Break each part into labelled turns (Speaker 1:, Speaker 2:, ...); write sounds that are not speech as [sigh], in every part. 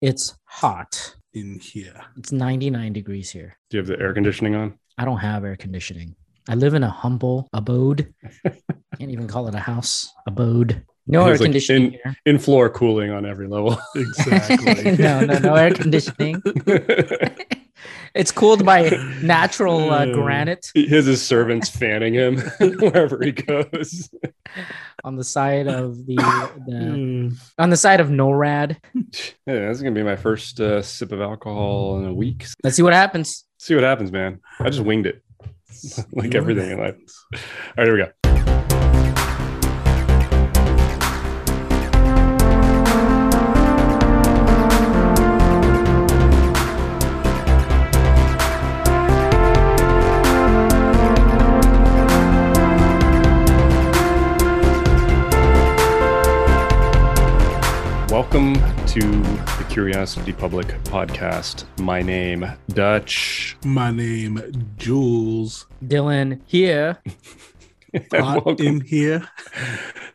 Speaker 1: It's hot.
Speaker 2: in here.
Speaker 1: It's 99 degrees here.
Speaker 3: Do you have the air conditioning on?
Speaker 1: I don't have air conditioning. I live in a humble
Speaker 2: [laughs]
Speaker 1: abode. Can't even call it a house. Abode. No
Speaker 3: Feels
Speaker 1: air
Speaker 3: like
Speaker 1: conditioning
Speaker 3: in- In floor cooling on every level.
Speaker 2: Exactly.
Speaker 1: here. [laughs] no, no, no air conditioning. it's cooled by natural uh,
Speaker 2: Oh.
Speaker 1: granite
Speaker 3: [laughs] His his servants fanning him [laughs] wherever he goes.
Speaker 1: on the side of
Speaker 2: [laughs]
Speaker 1: the, the
Speaker 2: Mm.
Speaker 1: on the side of NORAD.
Speaker 3: Yeah, that's gonna be my first uh, sip of alcohol in a week.
Speaker 1: Let's see what happens.
Speaker 3: See what happens, man. I just winged it, [laughs] like everything in life. All right, here we go. Welcome to the Curiosity Public podcast. My name Dutch. [laughs]
Speaker 2: My name Jules.
Speaker 1: Dylan here.
Speaker 3: And
Speaker 2: Hot
Speaker 3: welcome-
Speaker 2: in here.
Speaker 3: [laughs]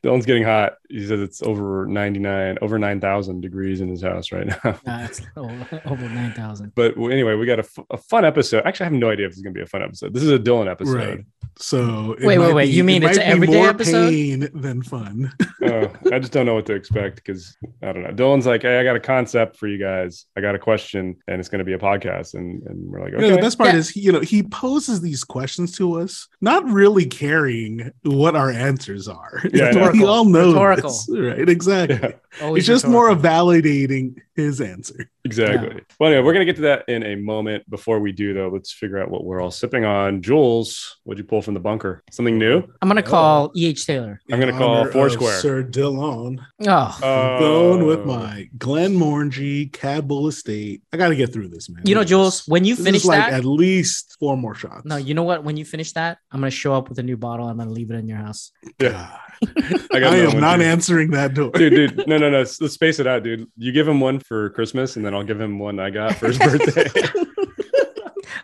Speaker 3: Dylan's getting hot. He says it's over 99, over 9,000 degrees in his house right now. [laughs]
Speaker 1: Uh, it's [laughs] over, over 9,000.
Speaker 3: But w- anyway, we got a, f- a fun episode. Actually, I have no idea if it's going to be a fun episode. This is a Dylan episode.
Speaker 2: So it
Speaker 1: Wait, wait,
Speaker 2: might
Speaker 1: wait, you
Speaker 2: it
Speaker 1: mean it's
Speaker 2: might
Speaker 1: an
Speaker 2: be
Speaker 1: everyday
Speaker 2: more
Speaker 1: episode?
Speaker 2: Pain than fun. [laughs]
Speaker 3: Uh, I just don't know what to expect because I don't know. Dylan's like, hey, I got a concept for you guys. I got a question and it's going to be a podcast. And, and we're like,
Speaker 2: You know,
Speaker 3: okay.
Speaker 2: the best part
Speaker 1: Yeah.
Speaker 2: is, he- you know, he poses these questions to us, not really caring what our answers are.
Speaker 3: Yeah, I know.
Speaker 2: [laughs] we all know
Speaker 1: Rhetorical.
Speaker 2: this, right? Exactly.
Speaker 3: [laughs] Yeah,
Speaker 1: Always
Speaker 2: It's just more
Speaker 1: rhetorical.
Speaker 2: of validating his answer.
Speaker 3: exactly. Well, anyway, we're going to get to that in a moment. Before we do, though, let's figure out what we're all sipping on. Jules, what'd you pull from the bunker? Something new?
Speaker 1: I'm
Speaker 2: Oh.
Speaker 1: going to call E.H. Taylor.
Speaker 3: I'm gonna
Speaker 2: In
Speaker 3: call
Speaker 2: honor of
Speaker 3: Foursquare.
Speaker 2: Sir Dillon.
Speaker 1: Oh,
Speaker 3: Oh.
Speaker 2: Going with my Glenmorangie Cadbull Estate. I got to get through this, man.
Speaker 1: you know, Jules, when you
Speaker 2: This is
Speaker 1: finish
Speaker 2: like
Speaker 1: that,
Speaker 2: at least four more shots.
Speaker 1: no, you know what? When you finish that, I'm going to show up with a new bottle. I'm going to leave it in your house.
Speaker 2: God.
Speaker 3: I,
Speaker 2: I
Speaker 3: another
Speaker 2: am
Speaker 3: one,
Speaker 2: not
Speaker 3: dude.
Speaker 2: answering that door.
Speaker 3: dude, dude, no, no, no. Let's space it out, dude. You give him one for Christmas, and then I'll give him one I
Speaker 2: [laughs]
Speaker 3: got for his birthday.
Speaker 1: [laughs]
Speaker 3: [laughs]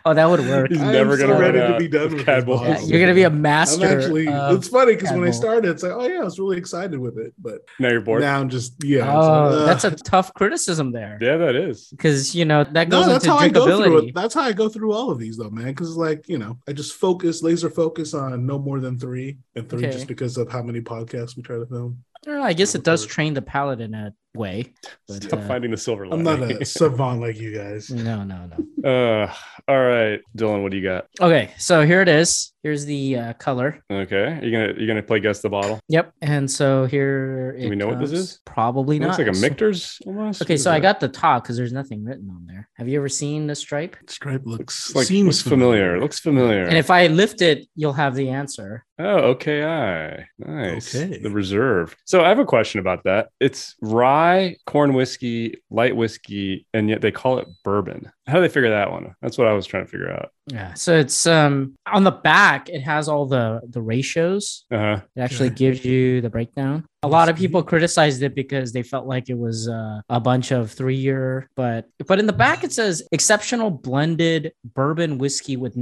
Speaker 1: Oh, that would work.
Speaker 3: He's
Speaker 2: I am
Speaker 3: never
Speaker 2: so
Speaker 3: gonna
Speaker 2: ready
Speaker 3: run
Speaker 2: to
Speaker 3: out
Speaker 2: be done
Speaker 3: of
Speaker 2: with
Speaker 3: Cad
Speaker 2: this
Speaker 3: Balls.
Speaker 1: Yeah,
Speaker 2: awesome.
Speaker 1: you're gonna be a
Speaker 2: I'm
Speaker 1: master.
Speaker 2: actually,
Speaker 1: of-
Speaker 2: it's funny because when I
Speaker 1: Cadbull.
Speaker 2: started, it's like, oh yeah, I was really excited with it, but
Speaker 3: Now you're bored.
Speaker 2: now I'm just, yeah. it's like,
Speaker 1: oh,
Speaker 2: ugh.
Speaker 1: that's a tough criticism there.
Speaker 3: Yeah, that is.
Speaker 1: Because you know that goes
Speaker 2: no, that's
Speaker 1: into
Speaker 2: how I go through it.
Speaker 1: drinkability.
Speaker 2: That's how I go through all of these though, man. Because like you know, I just focus, laser focus on no more than three, and three
Speaker 1: Okay.
Speaker 2: just because of how many podcasts we try to film.
Speaker 1: I, don't know, I guess it does train the palate in a way. But,
Speaker 3: Stop
Speaker 1: uh,
Speaker 3: finding the silver
Speaker 2: I'm
Speaker 3: lining. [laughs]
Speaker 2: not a savant like you guys.
Speaker 1: No, no, no.
Speaker 3: uh, all right, Dylan, what do you got?
Speaker 1: Okay, so here it is. Here's the uh, color.
Speaker 3: Okay, you gonna you gonna play guess the bottle?
Speaker 1: Yep. And so here.
Speaker 3: Do
Speaker 1: it
Speaker 3: we know what this
Speaker 1: comes.
Speaker 3: is?
Speaker 1: Probably
Speaker 3: It
Speaker 1: not.
Speaker 3: looks like a
Speaker 1: So-
Speaker 3: Michter's almost. What
Speaker 1: Okay,
Speaker 3: is
Speaker 1: so I
Speaker 3: that?
Speaker 1: got the top because there's nothing written on there. Have you ever seen the stripe?
Speaker 2: Stripe
Speaker 3: Looks
Speaker 2: looks
Speaker 3: like
Speaker 2: seems
Speaker 3: looks familiar. Looks familiar.
Speaker 1: And if I lift it, you'll have the answer.
Speaker 3: Oh, OKI. Nice.
Speaker 2: Okay.
Speaker 3: The reserve. So I have a question about that. It's rye, corn whiskey, light whiskey, and yet they call it bourbon. How do they figure that one? out? That's what I was trying to figure out.
Speaker 1: Yeah. So it's um on the back, it has all the the ratios.
Speaker 3: Uh-huh.
Speaker 1: It actually
Speaker 2: Okay.
Speaker 1: gives you the breakdown. A lot of
Speaker 2: That's
Speaker 1: people
Speaker 2: neat.
Speaker 1: criticized it because they felt like it was uh, a bunch of three year, but but in the back it says exceptional blended bourbon whiskey with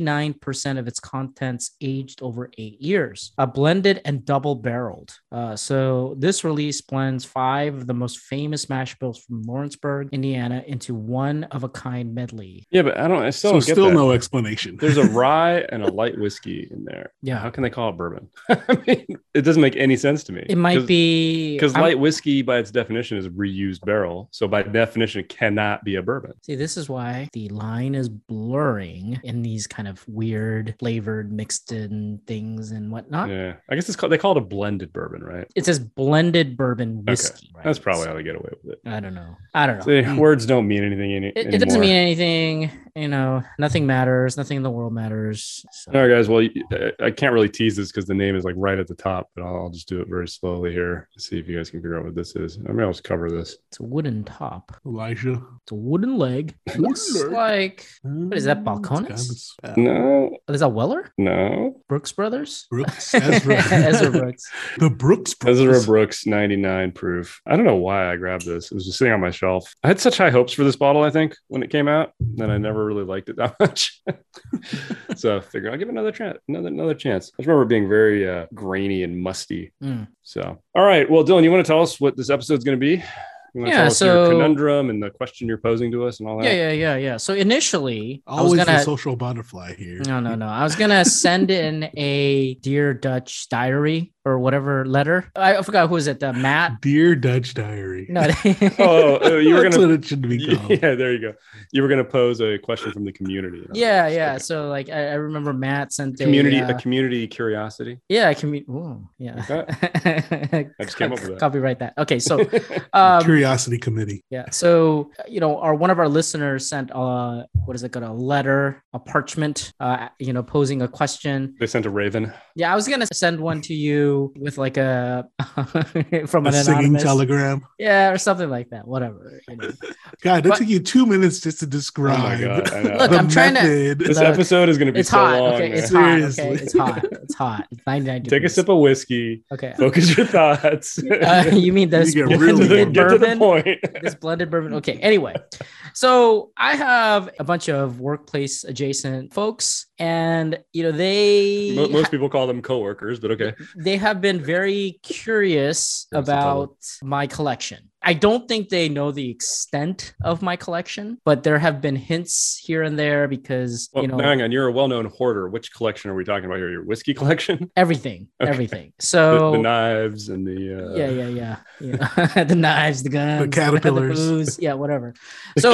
Speaker 1: 99% of its contents aged over eight years, a blended and double barreled. Uh, so this release blends five of the most famous mash bills from Lawrenceburg, Indiana, into one of a kind medley.
Speaker 3: Yeah, but I don't I still
Speaker 2: So
Speaker 3: don't get
Speaker 2: still
Speaker 3: that.
Speaker 2: no explanation.
Speaker 3: [laughs] There's a rye and a light whiskey in there.
Speaker 1: Yeah.
Speaker 3: How can they call it bourbon? [laughs] I mean, it doesn't make any sense to me.
Speaker 1: It might be
Speaker 3: because
Speaker 1: I'm-
Speaker 3: light whiskey by its definition is reused barrel. So by definition, it cannot be a bourbon.
Speaker 1: See, this is why the line is blurring in these kind of weird flavored mixed in things and whatnot.
Speaker 3: Yeah. I guess it's called they call it a blended bourbon, right?
Speaker 1: It says blended bourbon whiskey. right?
Speaker 3: That's probably how they get away with it.
Speaker 1: So, I don't know. I don't know.
Speaker 3: See, words don't mean anything any,
Speaker 1: Hmm. it, it
Speaker 3: anymore.
Speaker 1: doesn't mean anything. You know, nothing matters. Nothing in the world matters. So.
Speaker 3: All right, guys. Well, you- I- I can't really tease this because the name is like right at the top, but I'll, I'll just do it very slowly here. See if you guys can figure out what this is. I mean, I'll just cover this.
Speaker 1: It's a wooden top.
Speaker 2: Elijah. Hmm,
Speaker 1: It's a wooden leg. Looks
Speaker 2: [laughs] Wooden leg.
Speaker 1: like
Speaker 2: What
Speaker 1: is that, Balcones?
Speaker 2: uh,
Speaker 3: Mm. No,
Speaker 1: is that Weller?
Speaker 3: no.
Speaker 1: Brooks Brothers? [laughs]
Speaker 2: Brooks. Ezra.
Speaker 1: Ezra
Speaker 3: [laughs]
Speaker 1: Brooks.
Speaker 2: the Brooks brothers.
Speaker 3: Ezra Brooks 99 proof. I don't know why I grabbed this. It was just sitting on my shelf. I had such high hopes for this bottle, I think, when it came out, that I never really liked it [laughs] that
Speaker 1: [laughs]
Speaker 3: much. so I figured I'll give it another chance. Another, another chance. I just remember it being very uh, grainy and musty.
Speaker 1: Mm.
Speaker 3: So, all right. Well, Dylan, you want to tell us what this episode's going to be? You want to
Speaker 1: Yeah,
Speaker 3: tell us your
Speaker 1: so-
Speaker 3: conundrum and the question you're posing to us and all that?
Speaker 1: Yeah, yeah, yeah, yeah. So initially,
Speaker 2: Always
Speaker 1: I was
Speaker 2: the
Speaker 1: gonna
Speaker 2: social butterfly here.
Speaker 1: No, no, no. I was gonna send
Speaker 3: [laughs]
Speaker 1: in a dear Dutch diary or whatever letter. I I forgot who was it. The Matt.
Speaker 2: Dear Dutch Diary.
Speaker 1: No.
Speaker 3: [laughs]
Speaker 1: [laughs]
Speaker 3: Oh, oh, you were
Speaker 2: That's
Speaker 3: [laughs] gonna.
Speaker 2: what it should be called.
Speaker 3: Yeah, there you go. You were gonna pose a question from the community.
Speaker 1: yeah, yeah.
Speaker 3: Okay.
Speaker 1: So like, I, I remember Matt sent
Speaker 3: Community,
Speaker 1: A, uh,
Speaker 3: a community curiosity.
Speaker 1: yeah, a commu- ooh, yeah.
Speaker 3: Like that?
Speaker 1: [laughs]
Speaker 3: I just came up with that.
Speaker 1: Copyright that. Okay,
Speaker 3: [laughs]
Speaker 1: so um,
Speaker 2: Curiosity Committee.
Speaker 1: Yeah. So, you know, our one of our listeners sent a what is it called a letter, a parchment, uh, you know, posing a question.
Speaker 3: they sent a raven.
Speaker 1: Yeah, I was gonna send one to you with like a [laughs] from
Speaker 2: A
Speaker 1: an
Speaker 2: singing
Speaker 1: anonymous,
Speaker 2: telegram.
Speaker 1: yeah, or something like that. Whatever. you know.
Speaker 2: God, that
Speaker 1: But-
Speaker 2: took you two minutes just to
Speaker 3: Oh
Speaker 2: describe
Speaker 3: my god! I know.
Speaker 1: Look,
Speaker 2: [laughs] the
Speaker 1: I'm trying to-
Speaker 2: method.
Speaker 3: this
Speaker 1: look,
Speaker 3: episode is gonna be
Speaker 1: It's
Speaker 3: so
Speaker 1: hot.
Speaker 3: long.
Speaker 1: Okay,
Speaker 3: man.
Speaker 1: it's hot. Okay,
Speaker 2: Seriously.
Speaker 1: it's hot. It's hot. It's 99
Speaker 3: [laughs] Take a
Speaker 1: degrees.
Speaker 3: sip of whiskey. [laughs]
Speaker 1: Okay.
Speaker 3: Focus your [laughs] thoughts.
Speaker 1: [laughs] Uh, you mean this
Speaker 2: get
Speaker 3: get,
Speaker 2: really
Speaker 3: to the,
Speaker 1: blended
Speaker 3: [laughs] get to the
Speaker 1: bourbon? [laughs]
Speaker 3: point.
Speaker 1: this blended bourbon. Okay. Anyway, so I have a bunch of workplace adjacent folks, and you know they
Speaker 3: Mo- Most people call them coworkers, but okay.
Speaker 1: they have been very curious
Speaker 3: That's the
Speaker 1: about my collection. I don't think they know the extent of my collection, but there have been hints here and there because
Speaker 3: Well,
Speaker 1: you know
Speaker 3: hang on. You're a well-known hoarder. Which collection are we talking about here? Your whiskey [laughs] collection,
Speaker 1: everything,
Speaker 3: Okay.
Speaker 1: everything.
Speaker 3: The-
Speaker 1: So
Speaker 3: the, knives, and the uh,
Speaker 1: yeah,
Speaker 3: [laughs]
Speaker 1: yeah, yeah, yeah. [laughs] the knives, the guns,
Speaker 2: caterpillars.
Speaker 1: the booze, yeah, whatever. So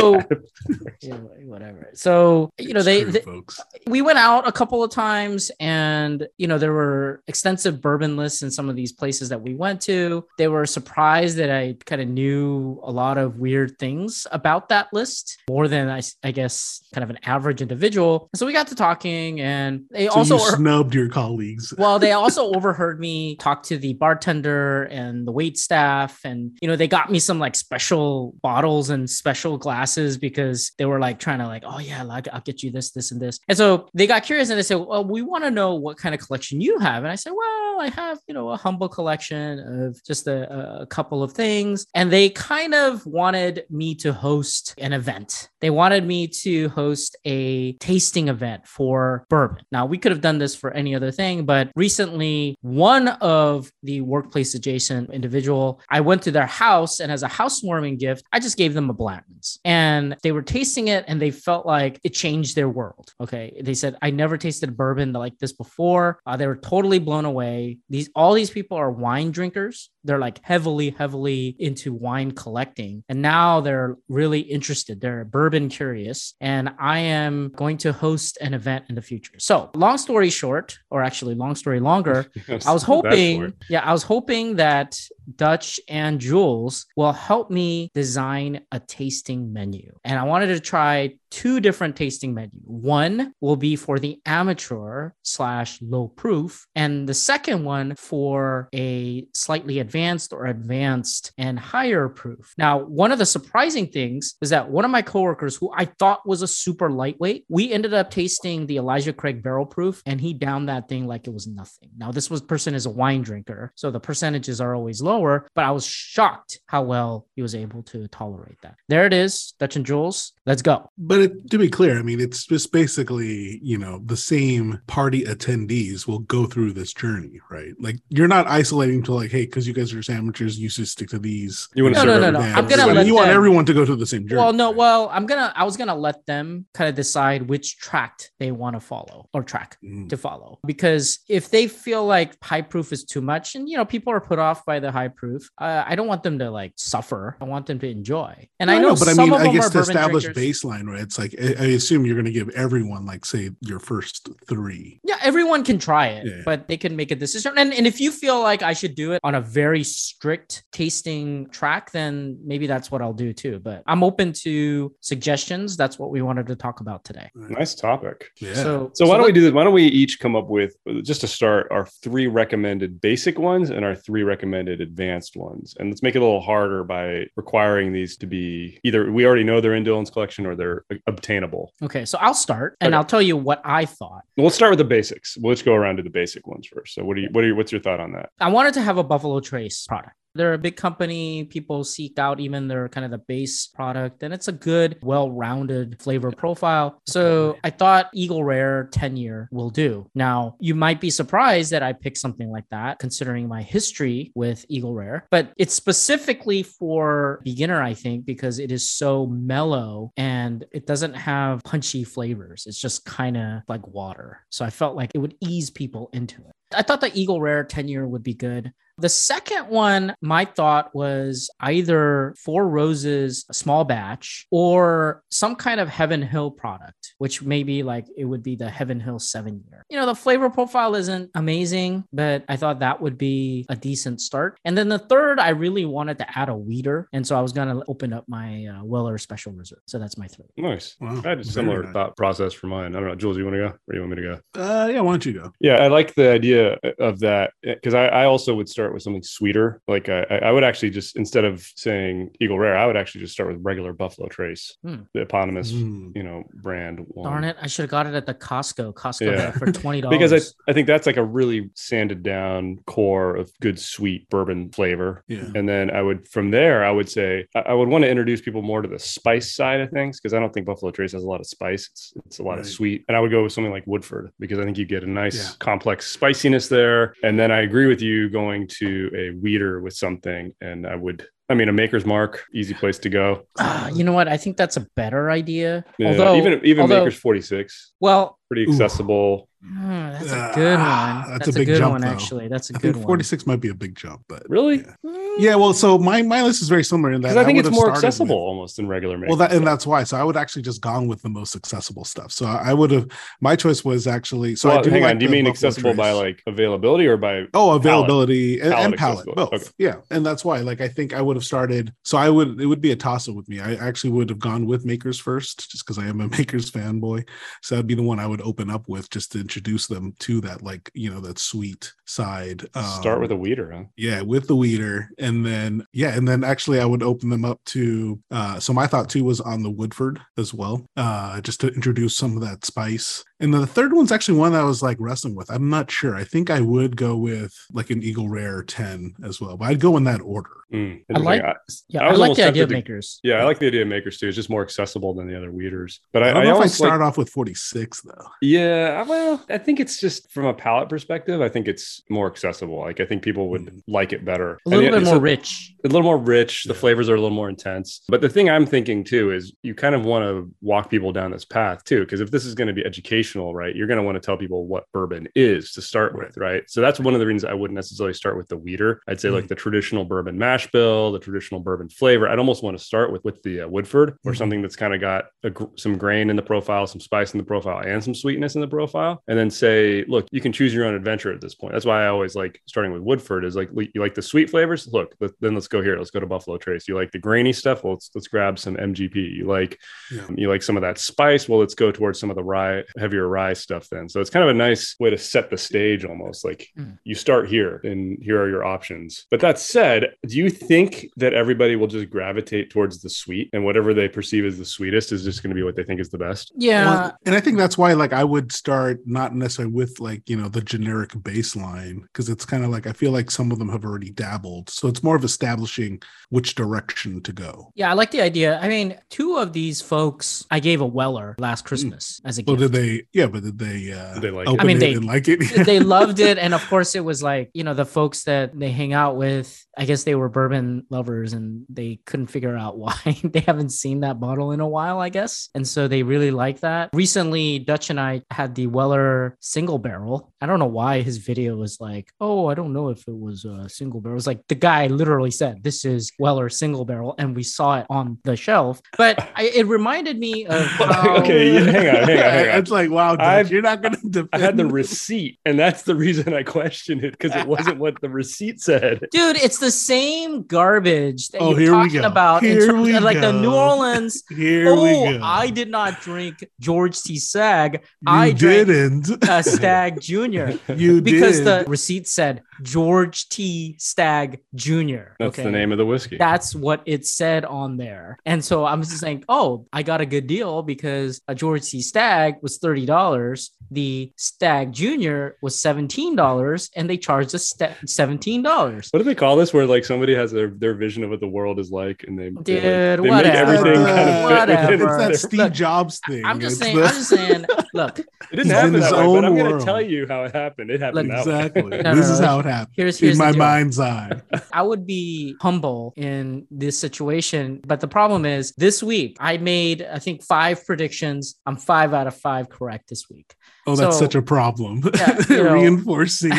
Speaker 1: yeah, whatever. So you know they,
Speaker 2: Screw
Speaker 1: they
Speaker 2: folks.
Speaker 1: we went out a couple of times and you know there were extensive bourbon lists in some of these places that we went to they were surprised that i kind of knew a lot of weird things about that list more than i, I guess kind of an average individual so we got to talking and they
Speaker 2: So
Speaker 1: also
Speaker 2: you
Speaker 1: are-
Speaker 2: snubbed your colleagues.
Speaker 1: [laughs] well, they also overheard me talk to the bartender and the wait staff. And, you know, they got me some like special bottles and special glasses because they were like trying to, like, oh, yeah, like, I'll get you this, this, and this. And so they got curious and they said, well, we want to know what kind of collection you have. And I said, well, I have, you know, a humble collection of just a, a couple of things. And they kind of wanted me to host an event. They wanted me to host a tasting event for bourbon. Now, we could have done this for any other thing, but recently, one of the workplace adjacent individual, I went to their house and as a housewarming gift, I just gave them a Blanton's and they were tasting it and they felt like it changed their world. Okay. They said, I never tasted bourbon like this before. Uh, they were totally blown away. These, all these people are wine drinkers. They're like heavily, heavily into wine collecting. And now they're really interested. They're bourbon curious. And I am going to host an event in the future. So, long story short, or actually, long story longer, I was hoping, yeah, I was hoping that Dutch and Jules will help me design a tasting menu. And I wanted to try two different tasting menu. One will be for the amateur slash low proof, and the second one for a slightly advanced or advanced and higher proof. Now, one of the surprising things is that one of my coworkers, who I thought was a super lightweight, we ended up tasting the Elijah Craig Barrel Proof, and he downed that thing like it was nothing. Now, this was person is a wine drinker, so the percentages are always lower. But I was shocked how well he was able to tolerate that. There it is, Dutch and Jules. Let's go.
Speaker 2: But it, to be clear, I mean, it's just basically, you know, the same party attendees will go through this journey, right? Like, you're not isolating to like, hey, because you guys are just amateurs, you should stick to these.
Speaker 3: You wanna
Speaker 2: to
Speaker 3: No, no, no, no.
Speaker 1: I'm gonna let
Speaker 2: You want
Speaker 1: them-
Speaker 2: everyone to go through the same journey.
Speaker 1: Well, no,
Speaker 2: right?
Speaker 1: well, I'm gonna I was gonna let them kind of decide which tract they want to follow or track
Speaker 2: Mm.
Speaker 1: to follow because if they feel like high proof is too much and you know people are put off by the high proof uh, i don't want them to like suffer i want them to enjoy and
Speaker 2: No,
Speaker 1: i know
Speaker 2: but I
Speaker 1: some
Speaker 2: mean,
Speaker 1: of
Speaker 2: I
Speaker 1: them
Speaker 2: guess
Speaker 1: are
Speaker 2: to
Speaker 1: bourbon
Speaker 2: establish
Speaker 1: drinkers.
Speaker 2: baseline, right? It's like I, I assume you're going to give everyone, like, say, your first three.
Speaker 1: Yeah, everyone can try it,
Speaker 2: Yeah.
Speaker 1: but they can make a decision. And, and if you feel like I should do it on a very strict tasting track, then maybe that's what I'll do too. But I'm open to suggestions. That's what we wanted to talk about today.
Speaker 3: Nice topic.
Speaker 2: Yeah.
Speaker 1: So,
Speaker 3: So why don't
Speaker 1: let-
Speaker 3: we do this? Why don't we each come up with just to start our three recommended basic ones and our three recommended advanced ones, and let's make it a little harder by requiring these to be either we already know they're in Dylan's collection or they're obtainable.
Speaker 1: Okay, so I'll start and
Speaker 3: Okay.
Speaker 1: I'll tell you what I thought.
Speaker 3: Well, Let's start with the basics. We'll just go around to the basic ones first. So what do you what are your, what's your thought on that?
Speaker 1: I wanted to have a Buffalo Trace product. They're a big company. People seek out even their kind of the base product, and it's a good, well rounded flavor profile. So I thought Eagle Rare 10 year will do. Now, you might be surprised that I picked something like that, considering my history with Eagle Rare, but it's specifically for beginner, I think, because it is so mellow and it doesn't have punchy flavors. It's just kind of like water. So I felt like it would ease people into it. I thought the Eagle Rare 10 year would be good. The second one, my thought was either Four Roses small batch or some kind of Heaven Hill product, which maybe like it would be the Heaven Hill seven year. You know, the flavor profile isn't amazing, but I thought that would be a decent start. And then the third, I really wanted to add a weeder. And so I was going to open up my uh, Weller Special Reserve. So that's my three.
Speaker 3: Nice.
Speaker 2: Wow,
Speaker 3: I had a
Speaker 2: very
Speaker 3: similar
Speaker 2: nice.
Speaker 3: thought process for mine. I don't know. Jules, you want to go or you want me to go?
Speaker 2: Uh, yeah, why don't you go?
Speaker 3: Yeah, I like the idea uh, of that because I, I also would start with something sweeter. Like I, I would actually just instead of saying Eagle Rare, I would actually just start with regular Buffalo Trace,
Speaker 1: Hmm.
Speaker 3: the eponymous,
Speaker 2: Mm.
Speaker 3: you know, brand. One.
Speaker 1: Darn it. I should have got it at the Costco, Costco
Speaker 3: Yeah.
Speaker 1: had it for
Speaker 3: [laughs]
Speaker 1: $20.
Speaker 3: Because I, I think that's like a really sanded down core of good sweet bourbon flavor.
Speaker 2: Yeah.
Speaker 3: And then I would, from there, I would say I I would want to introduce people more to the spice side of things because I don't think Buffalo Trace has a lot of spice. It's, it's a lot
Speaker 2: Right.
Speaker 3: of sweet. And I would go with something like Woodford because I think you get a nice
Speaker 2: Yeah.
Speaker 3: complex spiciness there. And then I agree with you going to a weeder with something. And I would, I mean, a Maker's Mark, easy place to go.
Speaker 1: Ah, you know what? I think that's a better idea.
Speaker 3: Yeah,
Speaker 1: although,
Speaker 3: even even
Speaker 1: although-
Speaker 3: Maker's 46,
Speaker 1: well,
Speaker 3: pretty
Speaker 2: Ooh.
Speaker 3: accessible.
Speaker 1: Mm, that's a good
Speaker 2: Ah,
Speaker 1: one.
Speaker 2: that's
Speaker 1: That's, a,
Speaker 2: a big
Speaker 1: good
Speaker 2: jump,
Speaker 1: one,
Speaker 2: though.
Speaker 1: actually. That's a
Speaker 2: I
Speaker 1: good
Speaker 2: think
Speaker 1: one.
Speaker 2: 46 might be a big jump, but
Speaker 3: Really?
Speaker 2: Yeah. yeah, well, so my my list is very similar in that
Speaker 3: Because I think
Speaker 2: would
Speaker 3: it's
Speaker 2: have
Speaker 3: more
Speaker 2: started with-
Speaker 3: accessible almost than regular Maker's.
Speaker 2: Well, that and that's why. So I would actually just gone with the most accessible stuff. So I I would have my choice was actually. So I
Speaker 3: Well,
Speaker 2: do
Speaker 3: hang
Speaker 2: like
Speaker 3: on. Do you
Speaker 2: the
Speaker 3: mean
Speaker 2: Buffalo
Speaker 3: accessible by
Speaker 2: Trace.
Speaker 3: like availability or by
Speaker 2: Oh, availability and, and
Speaker 3: Palette
Speaker 2: palette, both.
Speaker 3: accessibility. Okay.
Speaker 2: Yeah, and that's why. Like, I think I would have started. So I would. It would be a toss up with me. I actually would have gone with Makers first, just because I am a [laughs] Makers fanboy. So that'd be the one I would open up with, just to introduce them to that, like you know, that sweet side. um,
Speaker 3: start with a weeder? Huh?
Speaker 2: Yeah, with the weeder. And then, yeah, and then actually I would open them up to, uh, so my thought too was on the Woodford as well, uh, just to introduce some of that spice. And then the third one's actually one that I was like wrestling with. I'm not sure. I think I would go with like an Eagle Rare 10 as well, but I'd go in that order.
Speaker 3: Mm,
Speaker 1: I like-
Speaker 3: interesting.
Speaker 1: yeah,
Speaker 3: I
Speaker 1: I,
Speaker 3: was
Speaker 1: like
Speaker 3: almost
Speaker 1: the idea
Speaker 3: tempted
Speaker 1: of
Speaker 3: to-
Speaker 1: makers.
Speaker 3: Yeah, I like the idea of makers too. It's just more accessible than the other weeders. But
Speaker 2: I
Speaker 3: I,
Speaker 2: don't
Speaker 3: I,
Speaker 2: know if I'd
Speaker 3: almost
Speaker 2: start
Speaker 3: like,
Speaker 2: off with 46 though.
Speaker 3: yeah. Well, I think it's just from a palette perspective. I think it's more accessible. Like I think people would
Speaker 2: Mm.
Speaker 3: like it
Speaker 1: A
Speaker 3: better. And
Speaker 1: little
Speaker 3: yeah,
Speaker 1: bit
Speaker 3: it's
Speaker 1: more rich.
Speaker 3: A little more rich. The
Speaker 2: Yeah.
Speaker 3: flavors are a little more intense. But the thing I'm thinking too is you kind of want to walk people down this path too, because if this is going to be educational, right, you're going to want to tell people what bourbon is to start with, right? So that's one of the reasons I wouldn't necessarily start with the weeder. I'd say like the traditional bourbon mash bill, the traditional bourbon flavor. I'd almost want to start with with the uh, Woodford or
Speaker 2: Mhm.
Speaker 3: something that's kind of got a, gr- some grain in the profile, some spice in the profile, and some sweetness in the profile. And then say, look, you can choose your own adventure at this point. That's why I always like starting with Woodford is like le- you like the sweet flavors. Look, let- then let's go here. Let's go to Buffalo Trace. You like the grainy stuff? Well, let's let's grab some MGP. You like
Speaker 2: Yeah.
Speaker 3: you like some of that spice? Well, let's go towards some of the rye, heavier rye stuff then. So it's kind of a nice way to set the stage almost. Like
Speaker 1: Mm.
Speaker 3: you start here and here are your options. But that said, do you think that everybody will just gravitate towards the sweet and whatever they perceive as the sweetest is just going to be what they think is the best?
Speaker 1: Yeah.
Speaker 2: Well, and I think that's why, like, I would start not necessarily with like you know the generic baseline because it's kind of like I feel like some of them have already dabbled, so it's more of establishing which direction to go.
Speaker 1: yeah, I like the idea. I mean, two of these folks I gave a Weller last Christmas as a
Speaker 2: Well,
Speaker 1: gift.
Speaker 2: did they? Yeah, but did they? Uh,
Speaker 3: Did they like it?
Speaker 2: open
Speaker 1: I mean, they-
Speaker 2: and like [laughs] it.
Speaker 1: they loved it. And of course, it was like, you know, the folks that they hang out with, I guess they were bourbon lovers and they couldn't figure out [laughs] why they haven't seen that bottle in a while, I guess. And so they really like that. Recently, Dutch and I had the Weller single barrel. I don't know why his video was like, oh, I don't know if it was a single barrel. It was like the guy literally said, this is Weller single barrel. And we saw it on the shelf. But I, it reminded me of. How,
Speaker 3: [laughs] Okay, yeah, hang on, hang
Speaker 2: [laughs]
Speaker 3: on, hang on.
Speaker 2: it's like wow, Dutch,
Speaker 3: [laughs] I've-
Speaker 2: you're not going to defend.
Speaker 3: I had the receipt, and that's the reason I questioned it because it wasn't what the receipt said.
Speaker 1: Dude, it's the same garbage that
Speaker 2: Oh,
Speaker 1: you're
Speaker 2: here we
Speaker 1: talking
Speaker 2: go.
Speaker 1: about in
Speaker 2: Here
Speaker 1: terms
Speaker 2: we
Speaker 1: of like the
Speaker 2: go.
Speaker 1: New Orleans.
Speaker 2: [laughs] [laughs] Here we
Speaker 1: oh,
Speaker 2: go.
Speaker 1: I did not drink George T. Sag.
Speaker 2: You
Speaker 1: I drank
Speaker 3: [laughs]
Speaker 2: didn't. [laughs]
Speaker 1: uh, Stag Jr. Jr.
Speaker 2: You
Speaker 1: because
Speaker 2: did.
Speaker 1: the receipt said George T. Stagg Jr.
Speaker 3: That's the name of the whiskey.
Speaker 1: That's what it said on there. And so I'm just saying, oh, I got a good deal because a George C. Stag was $30. The Stag Jr. was $17 and they charged us sta- $17.
Speaker 3: what do they call this? Where like somebody has their, their vision of what the world is like, and they they, like,
Speaker 1: Dude,
Speaker 3: they
Speaker 1: whatever.
Speaker 3: make [laughs] everything kind of fit
Speaker 1: Whatever.
Speaker 3: within
Speaker 2: it's that
Speaker 3: their-
Speaker 2: Steve
Speaker 1: Look,
Speaker 2: Jobs thing.
Speaker 1: I'm just
Speaker 2: It's
Speaker 1: saying,
Speaker 2: the-
Speaker 1: I'm just
Speaker 2: [laughs]
Speaker 1: saying, look,
Speaker 3: It didn't
Speaker 2: He's
Speaker 3: happen
Speaker 2: in
Speaker 3: that
Speaker 2: his
Speaker 3: way, but
Speaker 2: own
Speaker 3: I'm going
Speaker 2: world.
Speaker 3: to tell you how it happened. It happened that way.
Speaker 2: exactly.
Speaker 1: No,
Speaker 2: this
Speaker 1: no,
Speaker 2: is
Speaker 1: no.
Speaker 2: how it happened.
Speaker 1: here's, here's
Speaker 2: in
Speaker 1: the
Speaker 2: my
Speaker 1: deal.
Speaker 2: mind's eye.
Speaker 1: I would be humble in this situation. But the problem is this week I made, I think, five predictions. I'm five out of five correct this
Speaker 2: [laughs]
Speaker 1: week.
Speaker 2: Oh, that's
Speaker 1: So-
Speaker 2: such a problem. [laughs]
Speaker 1: Yeah, you know.
Speaker 2: Reinforcing.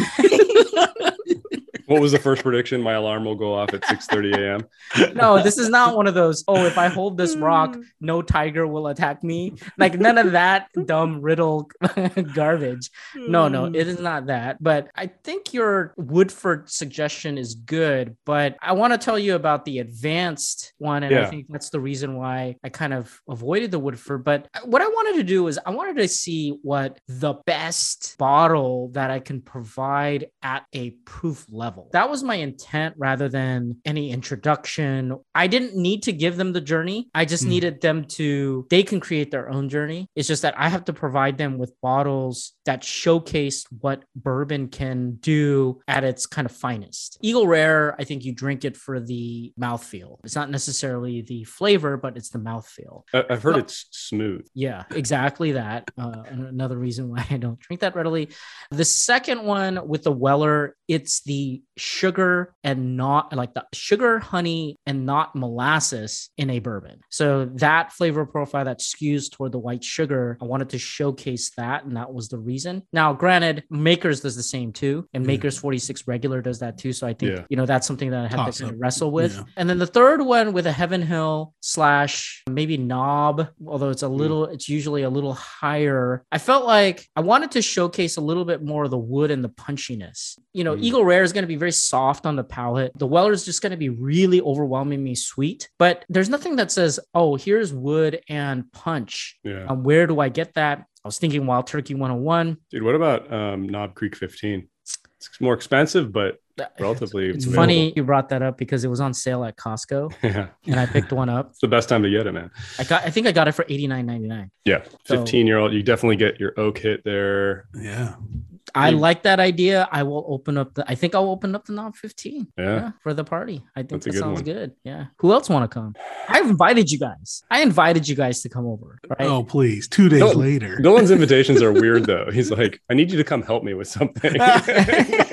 Speaker 3: What was the first prediction? My alarm will go off at 6:30 a.m.
Speaker 1: no, this is not one of those, oh, if I hold this rock,
Speaker 2: Hmm.
Speaker 1: no tiger will attack me. Like none of that dumb riddle [laughs] garbage. [laughs] No, no,
Speaker 2: Hmm.
Speaker 1: it is not that. But I think your Woodford suggestion is good. But I want to tell you about the advanced one. And I
Speaker 3: Yeah.
Speaker 1: think that's the reason why I kind of avoided the Woodford. But what I wanted to do is I wanted to see what the best bottle that I can provide at a proof level. That was my intent rather than any introduction. I didn't need to give them the journey. I just
Speaker 2: Hmm.
Speaker 1: needed them to, they can create their own journey. It's just that I have to provide them with bottles that showcase what bourbon can do at its kind of finest. Eagle Rare, I think you drink it for the mouthfeel. It's not necessarily the flavor, but it's the mouthfeel.
Speaker 3: I- I've heard
Speaker 1: Well-
Speaker 3: it's smooth.
Speaker 1: Yeah, exactly that. Uh, an- another reason why I don't drink that readily. The second one with the Weller, it's the sugar and not like the sugar, honey, and not molasses in a bourbon. So that flavor profile that skews toward the white sugar, I wanted to showcase that. And that was the reason. Now, granted, Makers does the same too. And
Speaker 2: Yeah.
Speaker 1: Makers 46 regular does that too. So I think,
Speaker 3: Yeah.
Speaker 1: you know, that's something that I have
Speaker 2: Toss
Speaker 1: to kind
Speaker 2: up.
Speaker 1: of wrestle with.
Speaker 2: Yeah.
Speaker 1: And then the third one with a Heaven Hill slash maybe knob, although it's a
Speaker 3: Hmm.
Speaker 1: little, it's usually a little higher. I felt like I wanted to showcase a little bit more of the wood and the punchiness. You know,
Speaker 3: Mm.
Speaker 1: Eagle Rare is going to be very soft on the palate. The Weller is just going to be really overwhelmingly sweet, but there's nothing that says, oh, here's wood and punch.
Speaker 3: Yeah,
Speaker 1: Um, where do I get that? I was thinking Wild Turkey 101.
Speaker 3: dude. What about um, Knob Creek 15? It's more expensive, but relatively.
Speaker 1: It's
Speaker 3: available.
Speaker 1: funny you brought that up because it was on sale at Costco
Speaker 3: [laughs] Yeah,
Speaker 1: and I picked one up.
Speaker 3: it's the best time to get it, man.
Speaker 1: I got I think I got it for 89.99.
Speaker 3: Yeah,
Speaker 1: So-
Speaker 3: 15 year old. You definitely get your oak hit there.
Speaker 2: Yeah.
Speaker 1: I
Speaker 3: Mm.
Speaker 1: like that idea. I will open up the. I think I'll open up the knob fifteen.
Speaker 3: Yeah.
Speaker 1: for the party. I think
Speaker 3: That's a
Speaker 1: that
Speaker 3: good
Speaker 1: sounds
Speaker 3: one.
Speaker 1: good. Yeah. Who else want to come? I invited you guys. I invited you guys to come over. Right.
Speaker 2: Oh, please. Two days
Speaker 3: No,
Speaker 2: later.
Speaker 3: Dylan's invitations
Speaker 1: [laughs]
Speaker 3: are weird though. He's like, I need you to come help me with something. [laughs] Oh,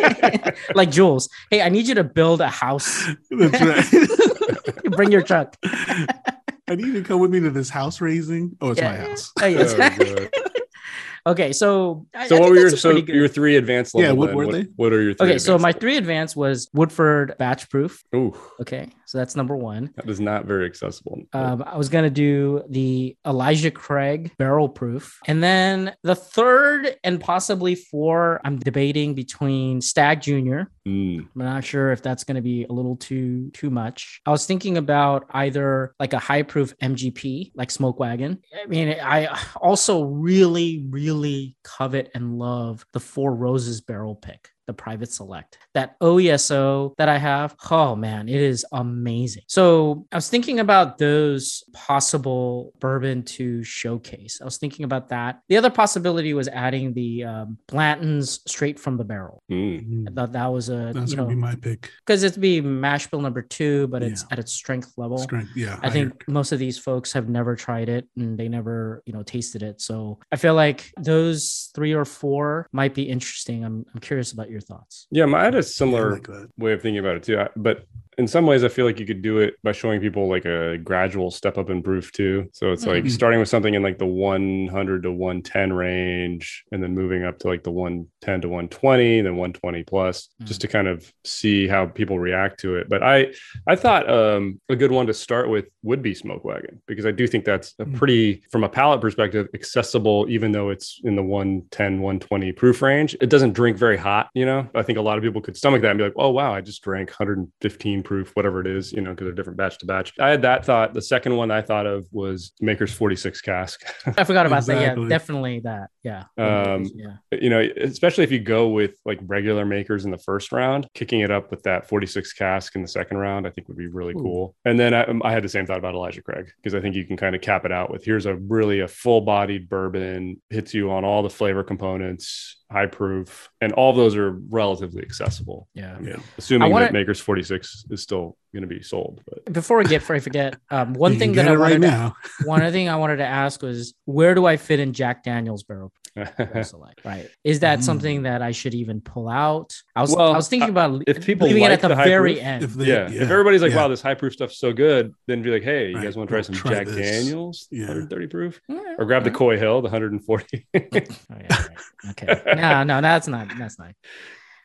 Speaker 1: [laughs] like Jules. Hey, I need you to build a house. [laughs]
Speaker 2: That's right. [laughs]
Speaker 1: Bring your
Speaker 3: [laughs]
Speaker 1: truck.
Speaker 2: I need you to come with me to this house raising. Oh, it's
Speaker 1: Yeah.
Speaker 2: my house.
Speaker 1: Oh, yes.
Speaker 3: Oh, God.
Speaker 1: [laughs] okay. So. I- I
Speaker 3: so what
Speaker 1: think
Speaker 3: were your
Speaker 1: that's a
Speaker 3: so
Speaker 1: pretty good-
Speaker 3: your three advanced level?
Speaker 2: Yeah, what
Speaker 3: then?
Speaker 2: were they?
Speaker 3: What are your three
Speaker 1: Okay, so my
Speaker 3: advanced
Speaker 1: three advance was Woodford batch proof.
Speaker 3: level? Ooh,
Speaker 1: Okay, so that's number one.
Speaker 3: that is not very accessible.
Speaker 1: Um, I was gonna do the Elijah Craig barrel proof, and then the third and possibly four. I'm debating between Stag Junior.
Speaker 3: Mm,
Speaker 1: I'm not sure if that's gonna be a little too too much. I was thinking about either like a high proof MGP, like Smoke Wagon. I mean, I also really really covet and love the Four Roses barrel pick. The private select that OESO that I have. Oh man, it is amazing. So I was thinking about those possible bourbon to showcase. I was thinking about that. The other possibility was adding the um, Blanton's straight from the barrel.
Speaker 3: mm.
Speaker 1: I
Speaker 2: Mm,
Speaker 1: thought that was a
Speaker 2: That's
Speaker 1: you
Speaker 2: gonna
Speaker 1: know
Speaker 2: be my pick.
Speaker 1: because it'd be mash bill number two, but it's at its strength level.
Speaker 2: Strength. Yeah.
Speaker 1: I think most of these folks have never tried it and they never, you know, tasted it. So I feel like those three or four might be interesting. I'm, I'm curious about your thoughts.
Speaker 2: [laughs]
Speaker 3: Yeah, I had a
Speaker 2: I
Speaker 3: similar
Speaker 2: like that.
Speaker 3: way of thinking about it too. I- But in some ways, I feel like you could do it by showing people like a gradual step up in proof too. So it's like
Speaker 2: Mhm.
Speaker 3: starting with something in like the 100 to 110 range and then moving up to like the 110 to 120, then 120 plus, just to kind of see how people react to it. But I, I thought um, a good one to start with would be Smoke Wagon because I do think that's a
Speaker 2: Mm.
Speaker 3: pretty, from a palate perspective, accessible, even though it's in the 110, 120 proof range. It doesn't drink very hot, you know? I think a lot of people could stomach that and be like, oh, wow, I just drank 115 proof, whatever it is, you know, because they're different batch to batch. I had that thought. The second one I thought of was Maker's 46 cask. [laughs]
Speaker 1: I forgot about that.
Speaker 2: Exactly.
Speaker 1: Yeah, definitely that. Yeah.
Speaker 3: Um,
Speaker 1: yeah.
Speaker 3: you know, especially if you go with like regular makers in the first round, kicking it up with that 46 cask in the second round, I think would be really
Speaker 1: Ooh.
Speaker 3: cool. And then I, um, I had the same thought about Elijah Craig because I think you can kind of cap it out with here's a really a full bodied bourbon, hits you on all the flavor components, high proof, and all of those are relatively accessible.
Speaker 1: Yeah.
Speaker 3: I mean,
Speaker 2: Yeah.
Speaker 3: assuming
Speaker 1: I wanna-
Speaker 3: that Maker's 46 is still going to be sold, but
Speaker 1: Before we get before I forget, um, one
Speaker 2: You
Speaker 1: thing
Speaker 2: can
Speaker 1: that
Speaker 2: get
Speaker 1: I
Speaker 2: it right
Speaker 1: wanted to, [laughs]
Speaker 2: now. [laughs]
Speaker 1: one other thing I wanted to ask was where do I fit in Jack Daniels barrel barrel select? Right. Is that
Speaker 2: Mm.
Speaker 1: something that I should even pull out? I was
Speaker 3: Well, uh,
Speaker 1: I was thinking about
Speaker 3: [laughs] if people
Speaker 1: leaving
Speaker 3: like
Speaker 1: it at
Speaker 3: the
Speaker 1: the
Speaker 3: high
Speaker 1: very
Speaker 3: proof,
Speaker 1: end.
Speaker 2: If they,
Speaker 3: yeah. if everybody's like,
Speaker 2: Yeah.
Speaker 3: wow, this high proof stuff's so good, then be like, hey, you
Speaker 2: Right.
Speaker 3: guys want to try
Speaker 2: We'll
Speaker 3: some
Speaker 2: try
Speaker 3: Jack
Speaker 2: this.
Speaker 3: Daniels?
Speaker 2: Yeah.
Speaker 3: 130 proof?
Speaker 1: Alright,
Speaker 3: Or grab the
Speaker 1: alright.
Speaker 3: Coy Hill, the 140.
Speaker 1: Oh, yeah, right. Okay. No, no, that's not that's not.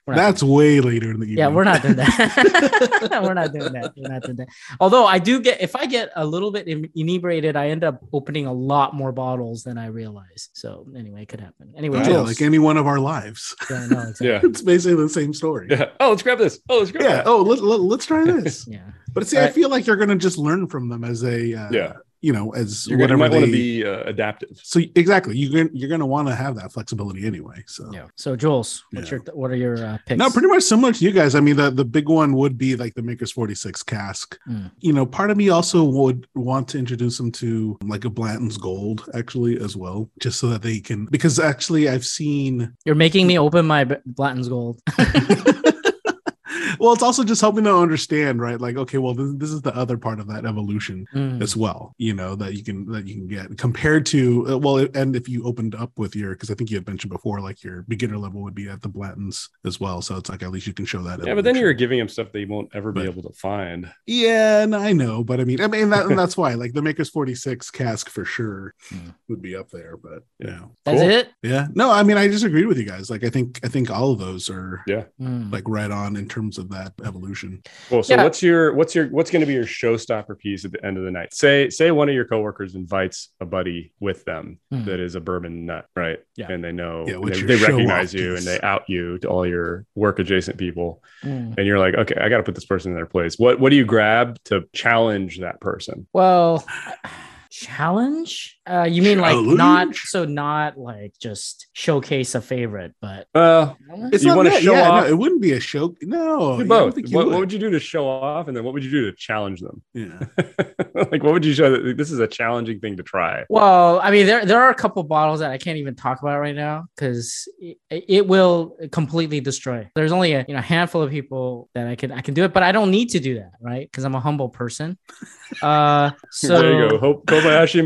Speaker 1: We're not doing
Speaker 2: That's way later in the evening.
Speaker 1: Yeah, we're not doing that.
Speaker 2: [laughs]
Speaker 1: we're not doing that. We're not doing that. Although I do get, if I get a little bit in- inebriated, I end up opening a lot more bottles than I realize. So anyway, it could happen. Anyway,
Speaker 2: Yeah,
Speaker 1: Jules.
Speaker 2: like any one of our lives.
Speaker 1: Yeah, no, exactly.
Speaker 3: [laughs] yeah.
Speaker 2: [laughs] It's basically the same story. [laughs] Yeah.
Speaker 3: yeah. Oh, let's grab this. Oh, let's grab that.
Speaker 2: Oh, let, let, let's
Speaker 3: [laughs]
Speaker 2: try this.
Speaker 1: yeah.
Speaker 2: But see, I
Speaker 1: Alright.
Speaker 2: feel like you're going to just learn from them as a, uh,
Speaker 3: Yeah.
Speaker 2: you know, as
Speaker 3: You're gonna,
Speaker 2: whatever
Speaker 3: you might want
Speaker 2: they-
Speaker 3: to be uh, adaptive.
Speaker 2: So exactly, you're gonna, you're going to want to have that flexibility anyway. So
Speaker 1: Yeah. So Jules, what's
Speaker 2: Yeah.
Speaker 1: your what are your uh, picks?
Speaker 2: No, pretty much similar to you guys. I mean, the, the big one would be like the Maker's 46 cask.
Speaker 1: Mm.
Speaker 2: You know, part of me also would want to introduce them to like a Blanton's Gold, actually, as well, just so that they can, because actually I've seen, [laughs]
Speaker 1: You're making me open my B- Blanton's Gold.
Speaker 2: well, it's also just helping to understand, right? Like, okay, well, this, this is the other part of that evolution
Speaker 1: Mm.
Speaker 2: as well you know that you can that you can get compared to uh, well and if you opened up with your because i think you had mentioned before like your beginner level would be at the blantons as well so it's like at least you can show that
Speaker 3: Yeah, but then
Speaker 2: evolution.
Speaker 3: you're giving them stuff that you won't ever be
Speaker 2: Right.
Speaker 3: able to find.
Speaker 2: Yeah, and I know, but I mean, I mean that,
Speaker 3: [laughs]
Speaker 2: and that's why, like, the Maker's Forty Six cask for sure
Speaker 1: Hmm.
Speaker 2: would be up there. But
Speaker 3: Yeah.
Speaker 2: yeah,
Speaker 1: That's
Speaker 3: Cool.
Speaker 1: it.
Speaker 2: yeah, no, I mean, I just agreed with you guys. Like, I think, I think all of those are
Speaker 1: Mm.
Speaker 2: like right on in terms of that evolution.
Speaker 3: Well, so
Speaker 1: Yeah.
Speaker 3: what's your what's your what's going to be your showstopper piece at the end of the night? Say say one of your coworkers invites a buddy with them
Speaker 1: Mm.
Speaker 3: that is a bourbon nut, right?
Speaker 1: Yeah.
Speaker 3: And they know
Speaker 2: Yeah,
Speaker 3: and
Speaker 2: what's
Speaker 3: they,
Speaker 2: your
Speaker 3: they
Speaker 2: show-off
Speaker 3: recognize you
Speaker 2: piece?
Speaker 3: and they out you to all your work adjacent people.
Speaker 1: Mm.
Speaker 3: and you're like, okay, I got to put this person in their place. What what do you grab to challenge that person?
Speaker 1: Well, challenge? Uh, you mean like not
Speaker 2: Challenge?
Speaker 1: so not like just showcase a favorite, but
Speaker 3: Well,
Speaker 1: challenge?
Speaker 3: You wanna
Speaker 2: that-
Speaker 3: show
Speaker 2: yeah,
Speaker 3: off?
Speaker 2: No, it wouldn't be a show. No,
Speaker 3: do
Speaker 2: yeah, I don't
Speaker 3: both.
Speaker 2: think you
Speaker 3: What, what
Speaker 2: would.
Speaker 3: would you do to show off, and then what would you do to challenge them? [laughs]
Speaker 2: Yeah.
Speaker 3: like, what would you show? That, this is a challenging thing to try.
Speaker 1: Well, I mean, there there are a couple bottles that I can't even talk about right now because it, it will completely destroy. There's only a you know handful of people that I can I can do it, but I don't need to do that, right? Because I'm a humble person. Uh, so
Speaker 3: there you go, Hope Kobayashi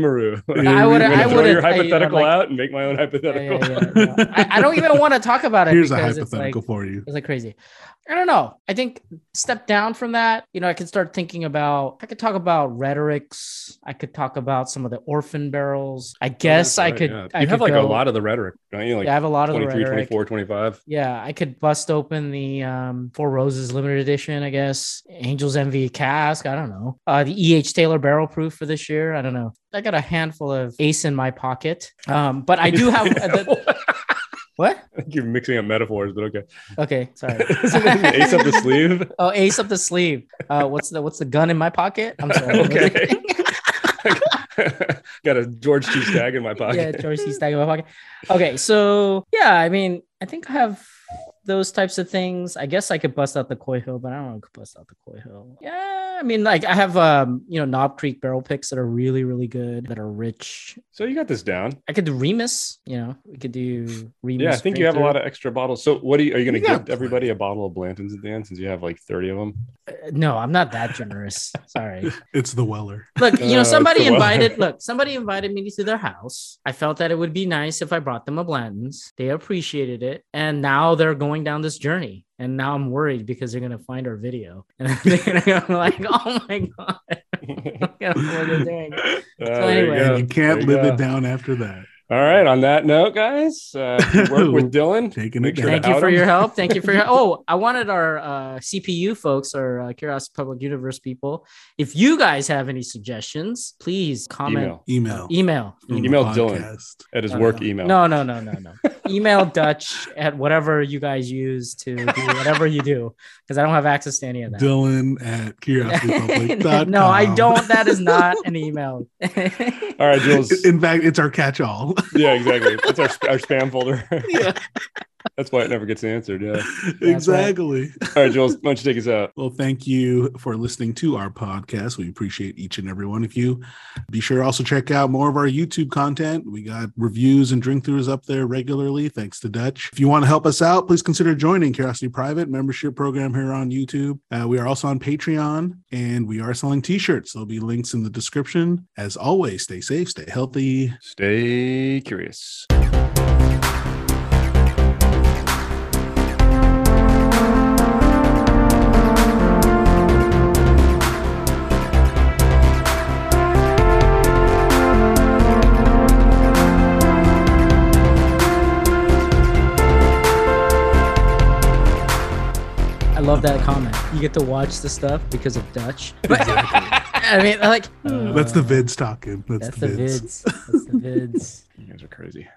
Speaker 2: [laughs]
Speaker 3: Maru. I'm
Speaker 1: I would
Speaker 3: gonna
Speaker 1: I
Speaker 3: throw
Speaker 1: would
Speaker 3: your hypothetical out and make my own hypothetical. [laughs]
Speaker 2: [laughs]
Speaker 1: I, I don't even want to talk about it.
Speaker 2: Here's a
Speaker 1: because
Speaker 2: hypothetical
Speaker 1: It's like,
Speaker 2: for you.
Speaker 1: it's like crazy. I don't know. I think step down from that. You know, I could start thinking about. I could talk about rhetorics. I could talk about some of the orphan barrels.
Speaker 3: Oh,
Speaker 1: I guess I could.
Speaker 3: You
Speaker 1: I
Speaker 3: have
Speaker 1: could
Speaker 3: like
Speaker 1: go,
Speaker 3: a lot of the rhetoric, don't you? Like
Speaker 1: yeah, I have a lot of the
Speaker 3: 23,
Speaker 1: rhetoric.
Speaker 3: 24, [laughs] 25.
Speaker 1: Yeah, I could bust open the um, Four Roses limited edition. I guess Angels Envy cask. I don't know. Uh, the E. H. Taylor barrel proof for this year. I don't know. I got a handful of Ace in my pocket. Um, but I do have the,
Speaker 3: [laughs]
Speaker 1: what?
Speaker 3: You're mixing up metaphors,
Speaker 1: [laughs]
Speaker 3: but okay. [laughs]
Speaker 1: Okay, sorry.
Speaker 3: Isn't it an ace up the
Speaker 1: [laughs]
Speaker 3: sleeve?
Speaker 1: Oh, ace up the sleeve. Uh, what's the what's the gun in my pocket? I'm sorry.
Speaker 3: [laughs]
Speaker 1: [laughs]
Speaker 3: Okay. Got a George T. Stag in my
Speaker 1: yeah,
Speaker 3: pocket.
Speaker 1: George C. Stag in my pocket. Okay, so yeah, I mean, I think I have those types of things. I guess I could bust out the Coy Hill, but I don't want to bust out the Coy Hill. Yeah, I mean, like I have um, you know, Knob Creek barrel picks that are really, really good, that are rich.
Speaker 3: So you got this down.
Speaker 1: I could do Remus. You know, we could do Remus.
Speaker 3: Yeah, I think you have a lot of extra bottles. So what do you are you going
Speaker 2: You
Speaker 3: to
Speaker 2: got
Speaker 3: give everybody a bottle of Blanton's at the end since you have like 30 of them? [laughs]
Speaker 1: No, I'm not that generous. Sorry.
Speaker 2: It's the Weller.
Speaker 1: Look, you
Speaker 3: Uh,
Speaker 1: know,
Speaker 3: it's
Speaker 1: somebody
Speaker 3: the weather.
Speaker 1: invited. Look, somebody invited me to their house. I felt that it would be nice if I brought them a Blanton's. They appreciated it, and now they're going down this journey. And now I'm worried because they're gonna find our video, [laughs] and they're gonna go like, [laughs] "Oh my god, look at what they're doing."
Speaker 3: Uh,
Speaker 1: anyway. Yeah,
Speaker 2: and you can't live it down after that.
Speaker 3: All right. On that note, guys, uh, if you work
Speaker 2: [laughs]
Speaker 3: with Dylan.
Speaker 2: Taking
Speaker 3: Make
Speaker 2: it
Speaker 3: sure
Speaker 2: down.
Speaker 1: Thank you
Speaker 3: out
Speaker 1: for
Speaker 3: 'em.
Speaker 1: your help. Thank you for
Speaker 3: [laughs]
Speaker 1: your. Oh, I wanted our uh, CPU folks, our uh, Curiosity Public Universe people. If you guys have any suggestions, please comment,
Speaker 3: Email
Speaker 2: Email.
Speaker 1: email.
Speaker 2: from the
Speaker 3: e-, Email Dylan.
Speaker 2: podcast.
Speaker 3: at his
Speaker 1: No,
Speaker 3: work
Speaker 1: no,
Speaker 3: email.
Speaker 1: No, no, no, no, no. email Dutch at whatever you guys use to do whatever you do because I don't have access to any of that.
Speaker 2: Dylan
Speaker 3: [laughs]
Speaker 1: [laughs]
Speaker 2: at curiositypublic.com.
Speaker 1: no, I don't. That is not an
Speaker 2: [laughs]
Speaker 1: email.
Speaker 3: All right, Jules.
Speaker 2: In fact, it's our catch-all.
Speaker 3: Yeah, exactly. That's our, sp- our spam folder. [laughs] That's why it never gets
Speaker 2: [laughs]
Speaker 3: answered. Yeah.
Speaker 2: exactly.
Speaker 3: All right, Jules, why don't you take us out?
Speaker 2: Well, thank you for listening to our podcast. We appreciate each and every one of you. Be sure to also check out more of our YouTube content. We got reviews and drink throughs up there regularly, thanks to Dutch. If you want to help us out, please consider joining Curiosity Private membership program here on YouTube. Uh, we are also on Patreon and we are selling t shirts. There'll be links in the description. As always, stay safe, stay healthy.
Speaker 3: Stay curious.
Speaker 1: I love that comment. You get to watch the stuff because of Dutch. But, I mean, like hmm.
Speaker 2: Uh, That's the vids talking. That's,
Speaker 1: That's the vids. That's the vids.
Speaker 3: You guys are crazy.